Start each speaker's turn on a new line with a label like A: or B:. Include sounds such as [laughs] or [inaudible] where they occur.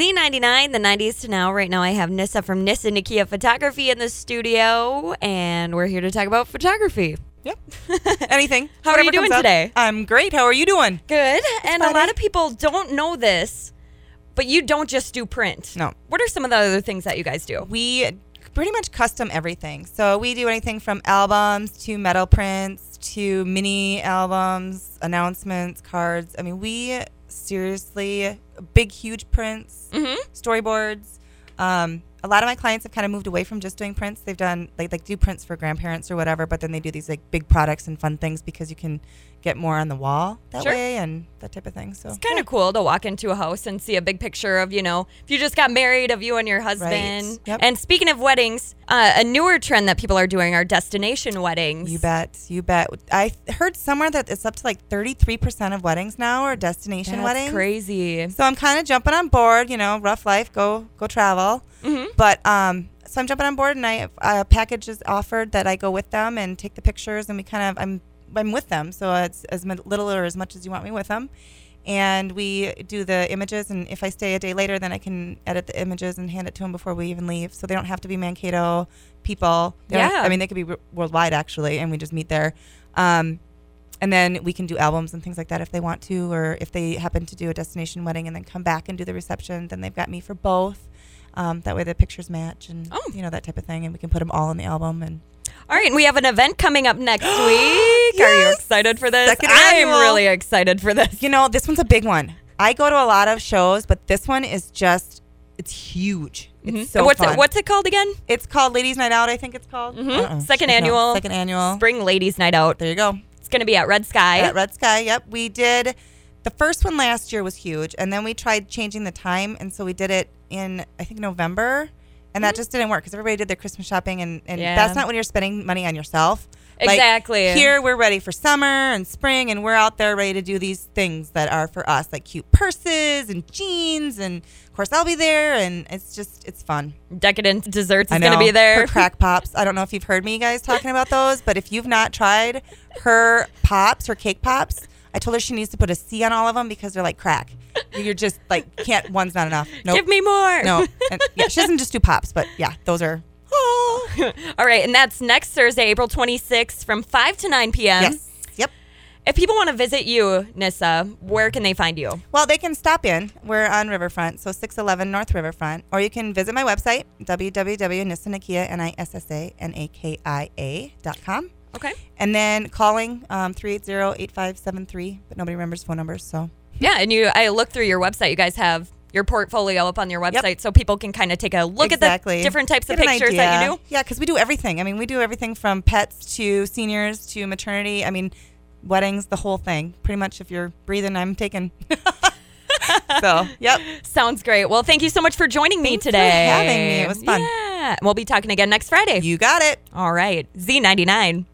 A: Z99, the 90s to now. Right now, I have Nissa from Nissa Nikia Photography in the studio, and we're here to talk about photography. [laughs]
B: Yep. [laughs] Anything.
A: How are you
B: Whatever comes
A: doing
B: up.
A: today?
B: I'm great. How are you doing?
A: Good. and a
B: Friday.
A: lot of people don't know this, but you don't just do print.
B: No.
A: What are some of the other things that you guys do?
B: We pretty much custom everything. So we do anything from albums to metal prints to mini albums, announcements, cards. I mean, we seriously big, huge prints,
A: Mhm.
B: storyboards. Um, a lot of my clients have kind of moved away from just doing prints. They've done like like do prints for grandparents or whatever, but then they do these like big products and fun things because you can get more on the wall that
A: Sure.
B: way and that type of thing. So
A: It's kind of cool to walk into a house and see a big picture of, you know, if you just got married, of you and your husband.
B: Right. Yep.
A: And speaking of weddings, uh, a newer trend that people are doing are destination weddings.
B: You bet. You bet. I heard somewhere that it's up to like 33% of weddings now are destination
A: That's
B: weddings.
A: crazy.
B: So I'm kind of jumping on board, you know, rough life, go go travel.
A: Mm-hmm.
B: But um so I'm jumping on board and I a package is offered that I go with them and take the pictures and we kind of I'm I'm with them. So it's as mi- little or as much as you want me with them. And we do the images, and if I stay a day later, then I can edit the images and hand it to them before we even leave. So they don't have to be Mankato people. They don't-
A: Yeah.
B: I mean, they could be w- worldwide actually, and we just meet there. Um, and then we can do albums and things like that if they want to, or if they happen to do a destination wedding and then come back and do the reception, then they've got me for both. Um, that way the pictures match and
A: Oh.
B: you know that type of thing, and we can put them all in the album. And
A: All right, and we have an event coming up
B: [gasps]
A: next week. Are you
B: Yes!
A: excited for this?
B: Second
A: I'm
B: annual.
A: really excited for this.
B: you know this one's a big one. I go to a lot of shows, but this one is just it's huge. It's so
A: Mm-hmm. what's
B: fun.
A: it, what's it called again?
B: it's called Ladies Night Out? I think it's called
A: Mhm.
B: Uh-uh.
A: Second
B: No,
A: annual.
B: Second annual.
A: Spring Ladies Night Out.
B: There you go.
A: It's going to be at Red Sky.
B: At Red Sky, yep. We did the first one last year was huge, and then we tried changing the time, and so we did it in I think November, and that just didn't work because everybody did their Christmas shopping, and, and
A: Mm-hmm. Yeah.
B: that's not when you're spending money on yourself. Like,
A: Exactly.
B: here we're ready for summer and spring, and we're out there ready to do these things that are for us, like cute purses and jeans, and of course I'll be there, and it's just it's fun.
A: Decadent Desserts
B: I
A: is going to
B: know.
A: be there.
B: Her crack pops. I don't know if you've heard me guys talking about those, but if you've not tried her pops, her cake pops, I told her she needs to put a C on all of them because they're like crack. You're just like can't. One's
A: [laughs]
B: not enough. Nope.
A: Give me more. [laughs]
B: no. And, yeah, she doesn't just do pops, but yeah, those are.
A: All right, and that's next Thursday, April 26th from 5 to 9 p.m.
B: Yes. Yep.
A: If people want to visit you, Nissa, where can they find you?
B: Well, they can stop in. We're on Riverfront, so 611 North Riverfront. Or you can visit my website, www.nissanakia.com.
A: Okay.
B: And then calling um, 380-8573, but nobody remembers phone numbers, so.
A: Yeah, and you I looked through your website. You guys have your portfolio up on your website so people can kind of take a look at the different types of
B: Get an
A: pictures that you
B: idea.
A: do.
B: Yeah, because we do everything. I mean, we do everything from pets to seniors to maternity. I mean, weddings, the whole thing. Pretty much if you're breathing, I'm taking. [laughs] so, yep.
A: Sounds great. Well, thank you so much for joining me
B: Thanks for
A: today.
B: having me. It was fun.
A: Yeah. We'll be talking again next Friday.
B: You got it.
A: All right. Z99.